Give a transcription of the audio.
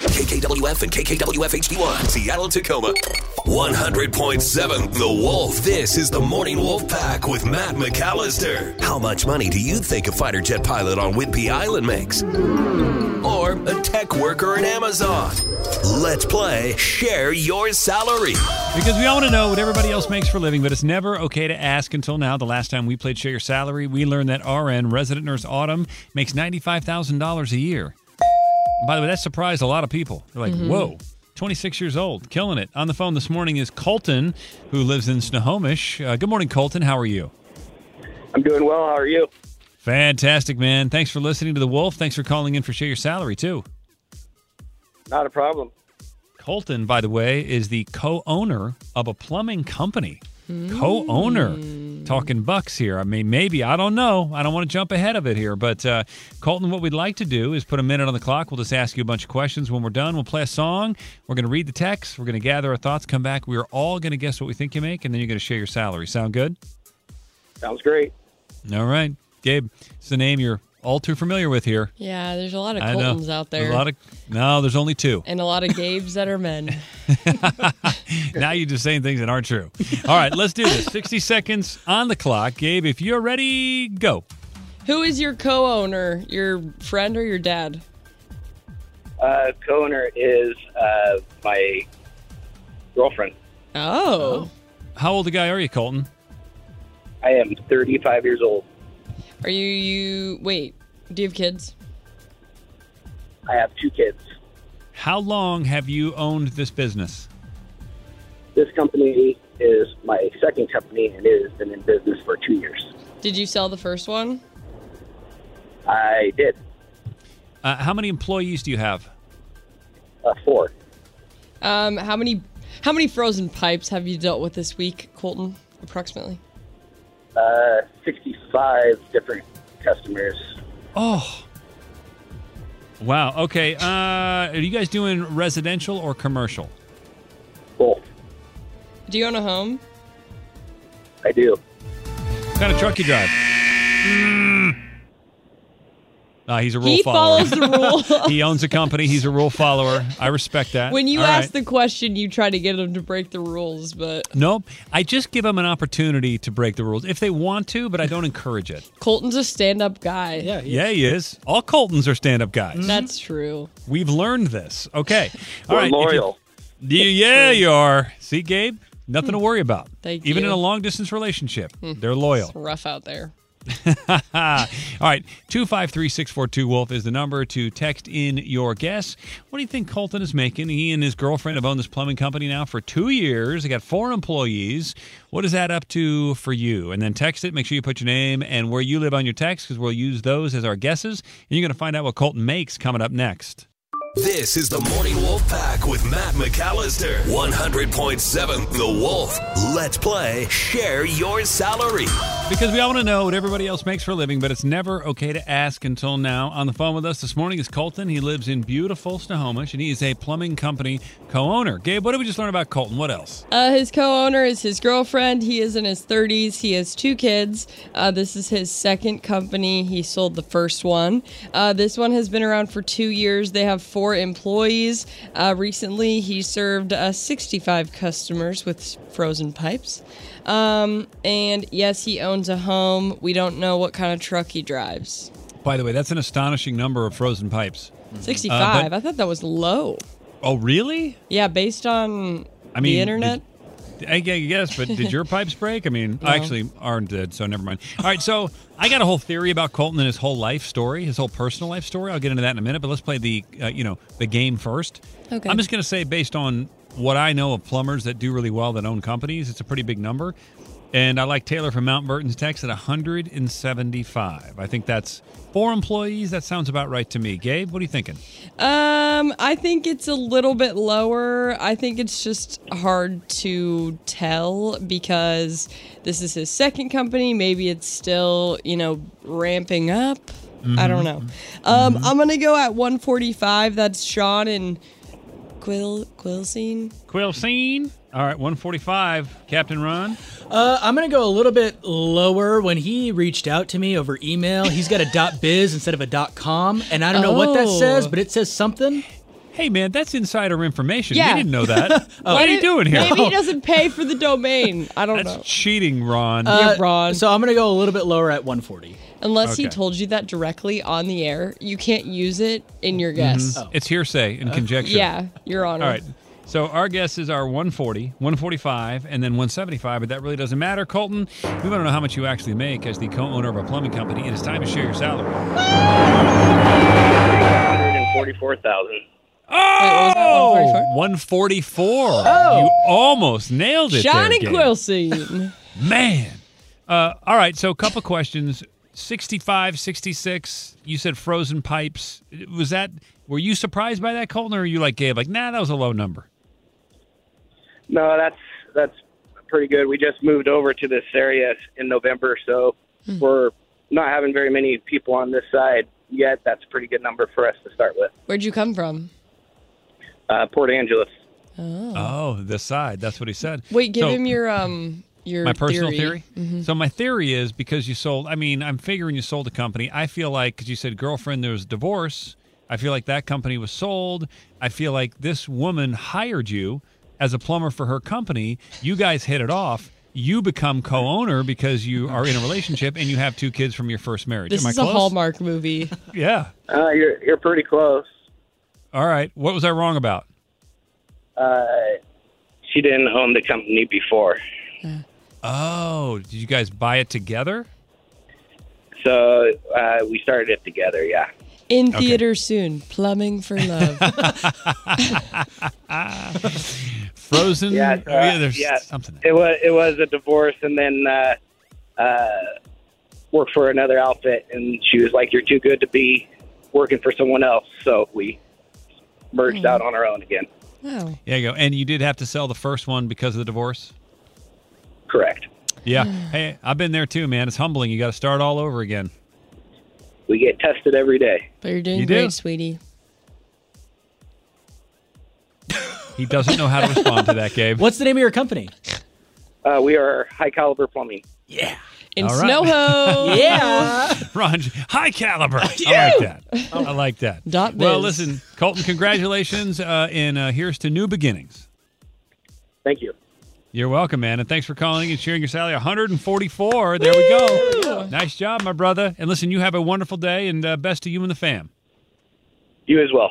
KKWF and KKWF HD1, Seattle, Tacoma. 100.7 The Wolf. This is the Morning Wolf Pack with Matt McAllister. How much money do you think a fighter jet pilot on Whidbey Island makes? Or a tech worker in Amazon? Let's play Share Your Salary. Because we all want to know what everybody else makes for a living, but it's never okay to ask until now. The last time we played Share Your Salary, we learned that RN, resident nurse Autumn, makes $95,000 a year. By the way, that surprised a lot of people. They're like, whoa, 26 years old, killing it. On the phone this morning is Colton, who lives in Snohomish. Uh, good morning, Colton. How are you? I'm doing well. How are you? Fantastic, man. Thanks for listening to The Wolf. Thanks for calling in for Share Your Salary, too. Not a problem. Colton, by the way, is the co owner of a plumbing company. Co owner. Hmm. Talking bucks here. I mean, maybe. I don't know. I don't want to jump ahead of it here. But, uh, Colton, what we'd like to do is put a minute on the clock. We'll just ask you a bunch of questions. When we're done, we'll play a song. We're going to read the text. We're going to gather our thoughts, come back. We're all going to guess what we think you make, and then you're going to share your salary. Sound good? Sounds great. All right. Gabe, it's a name you're all too familiar with here. Yeah, there's a lot of I know. Coltons out there. A lot of, no, there's only two. and a lot of Gabes that are men. now you're just saying things that aren't true. All right, let's do this. 60 seconds on the clock. Gabe, if you're ready, go. Who is your co owner? Your friend or your dad? Uh, co-owner is uh, my girlfriend. Oh. How old a guy are you, Colton? I am 35 years old. Are you, you, wait, do you have kids? I have two kids. How long have you owned this business? This company is my second company and it has been in business for two years. Did you sell the first one? I did Uh, how many employees do you have? uh, four. Um, how many, how many frozen pipes have you dealt with this week, Colton? Approximately. Uh, 65 different customers. Oh. Wow. Okay. Uh, are you guys doing residential or commercial? Both. Do you own a home? I do. What kind of truck you drive? Mm. Ah, he's a rule he follower. follows the rule. he owns a company. He's a rule follower. I respect that. when you All ask right. the question, you try to get him to break the rules, but Nope. I just give them an opportunity to break the rules if they want to, but I don't encourage it. Colton's a stand up guy. Yeah. Yeah, he is. All Coltons are stand up guys. That's true. We've learned this. Okay. All We're right. if you- loyal. Do you- yeah, you are. See, Gabe, nothing to worry about. Thank Even you. in a long distance relationship, they're loyal. It's rough out there. All right. 253 642 Wolf is the number to text in your guess. What do you think Colton is making? He and his girlfriend have owned this plumbing company now for two years. They got four employees. What does that up to for you? And then text it. Make sure you put your name and where you live on your text because we'll use those as our guesses. And you're going to find out what Colton makes coming up next. This is the Morning Wolf Pack with Matt McAllister. 100.7 The Wolf. Let's play Share Your Salary. Because we all want to know what everybody else makes for a living, but it's never okay to ask until now. On the phone with us this morning is Colton. He lives in beautiful Snohomish, and he is a plumbing company co-owner. Gabe, what did we just learn about Colton? What else? Uh, his co-owner is his girlfriend. He is in his 30s. He has two kids. Uh, this is his second company. He sold the first one. Uh, this one has been around for two years. They have four employees. Uh, recently, he served uh, 65 customers with frozen pipes. Um, and yes, he owns a home. We don't know what kind of truck he drives. By the way, that's an astonishing number of frozen pipes. 65. but- I thought that was low. Oh, really? Yeah, based on I mean, the internet. I gue- guess, but did your pipes break? I mean, No. actually, Arn did, so never mind. All right, so I got a whole theory about Colton and his whole life story, his whole personal life story. I'll get into that in a minute, but let's play the uh, you know the game first. Okay. I'm just gonna say based on what I know of plumbers that do really well that own companies, it's a pretty big number. And I like Taylor from Mount Verton's text at 175. I think that's four employees. That sounds about right to me. Gabe, what are you thinking? Um, I think it's a little bit lower. I think it's just hard to tell because this is his second company. Maybe it's still, you know, ramping up. I don't know. Mm-hmm. Um, I'm gonna go at 145. That's Sean and Quill Quilcine. Quill scene. All right, 145. Captain Ron. Uh, I'm gonna go a little bit lower. When he reached out to me over email, he's got a dot biz instead of a dot com, and I don't know what that Oh. says, but it says something. Hey man, that's insider information. Yeah. We didn't know that. Uh, What are you Maybe- doing here? Oh, Maybe he doesn't pay for the domain. I don't that's know. Uh, cheating, Ron. You're wrong. Uh, So I'm gonna go a little bit lower at 140. Unless he Okay. told you that directly on the air, you can't use it in Mm-hmm. your guess. it's hearsay and conjecture. uh, Yeah, you're on. Oh. All right. So our guesses are 140, 145, and then 175, but that really doesn't matter. Colton, we want to know how much you actually make as the co-owner of a plumbing company. It is time to share your salary. $144,000. was that Oh! Oh. 144? 144. You almost nailed it. Sean there, and Gabe. Quilcine. Man. Uh, all right, so a couple questions. 65, 66, you said frozen pipes. Was that, were you surprised by that, Colton, or you like Gabe, like, nah, that was a low number? No, that's that's pretty good. We just moved over to this area in November, so we're not having very many people on this side yet. That's a pretty good number for us to start with. Where'd you come from? Uh, Port Angeles. Oh, this side. That's what he said. Hmm. Wait, give So- him your um your Mm-hmm. my personal theory. So my theory is because you sold. I mean, I'm figuring you sold a company. I feel like because you said girlfriend, there was divorce. I feel like that company was sold. I feel like this woman hired you as a plumber for her company. You guys hit it off. You become co-owner because you are in a relationship and you have two kids from your first marriage. This Am I is a close? Hallmark movie. Yeah. Uh, you're you're pretty close. All right. What was I wrong about? Uh, she didn't own the company before, Oh, did you guys buy it together? so uh, we started it together. Yeah. In theater soon. Plumbing for love. Frozen. Yeah, so, Oh, uh, yeah there's yeah. something. It was it was a divorce, and then uh, uh, worked for another outfit, and she was like, "You're too good to be working for someone else." So we merged out on our own again. wow. There you go. And you did have to sell the first one because of the divorce. Correct. Yeah. Hmm. Hey, I've been there too, man. It's humbling. You got to start all over again. We get tested every day. But you're doing You do. great, sweetie. He doesn't know how to respond to that, Gabe. What's the name of your company? Uh, we are high caliber plumbing. All In right. Snowho. Yeah. Ron, high caliber. I like that. I like that. Oh. Dot well, biz. listen, Colton, congratulations. Uh, and uh, here's to new beginnings. Thank you. You're welcome, man. And thanks for calling and sharing your salary. 144. There we go. Nice job, my brother. And listen, you have a wonderful day and uh, best to you and the fam. You as well.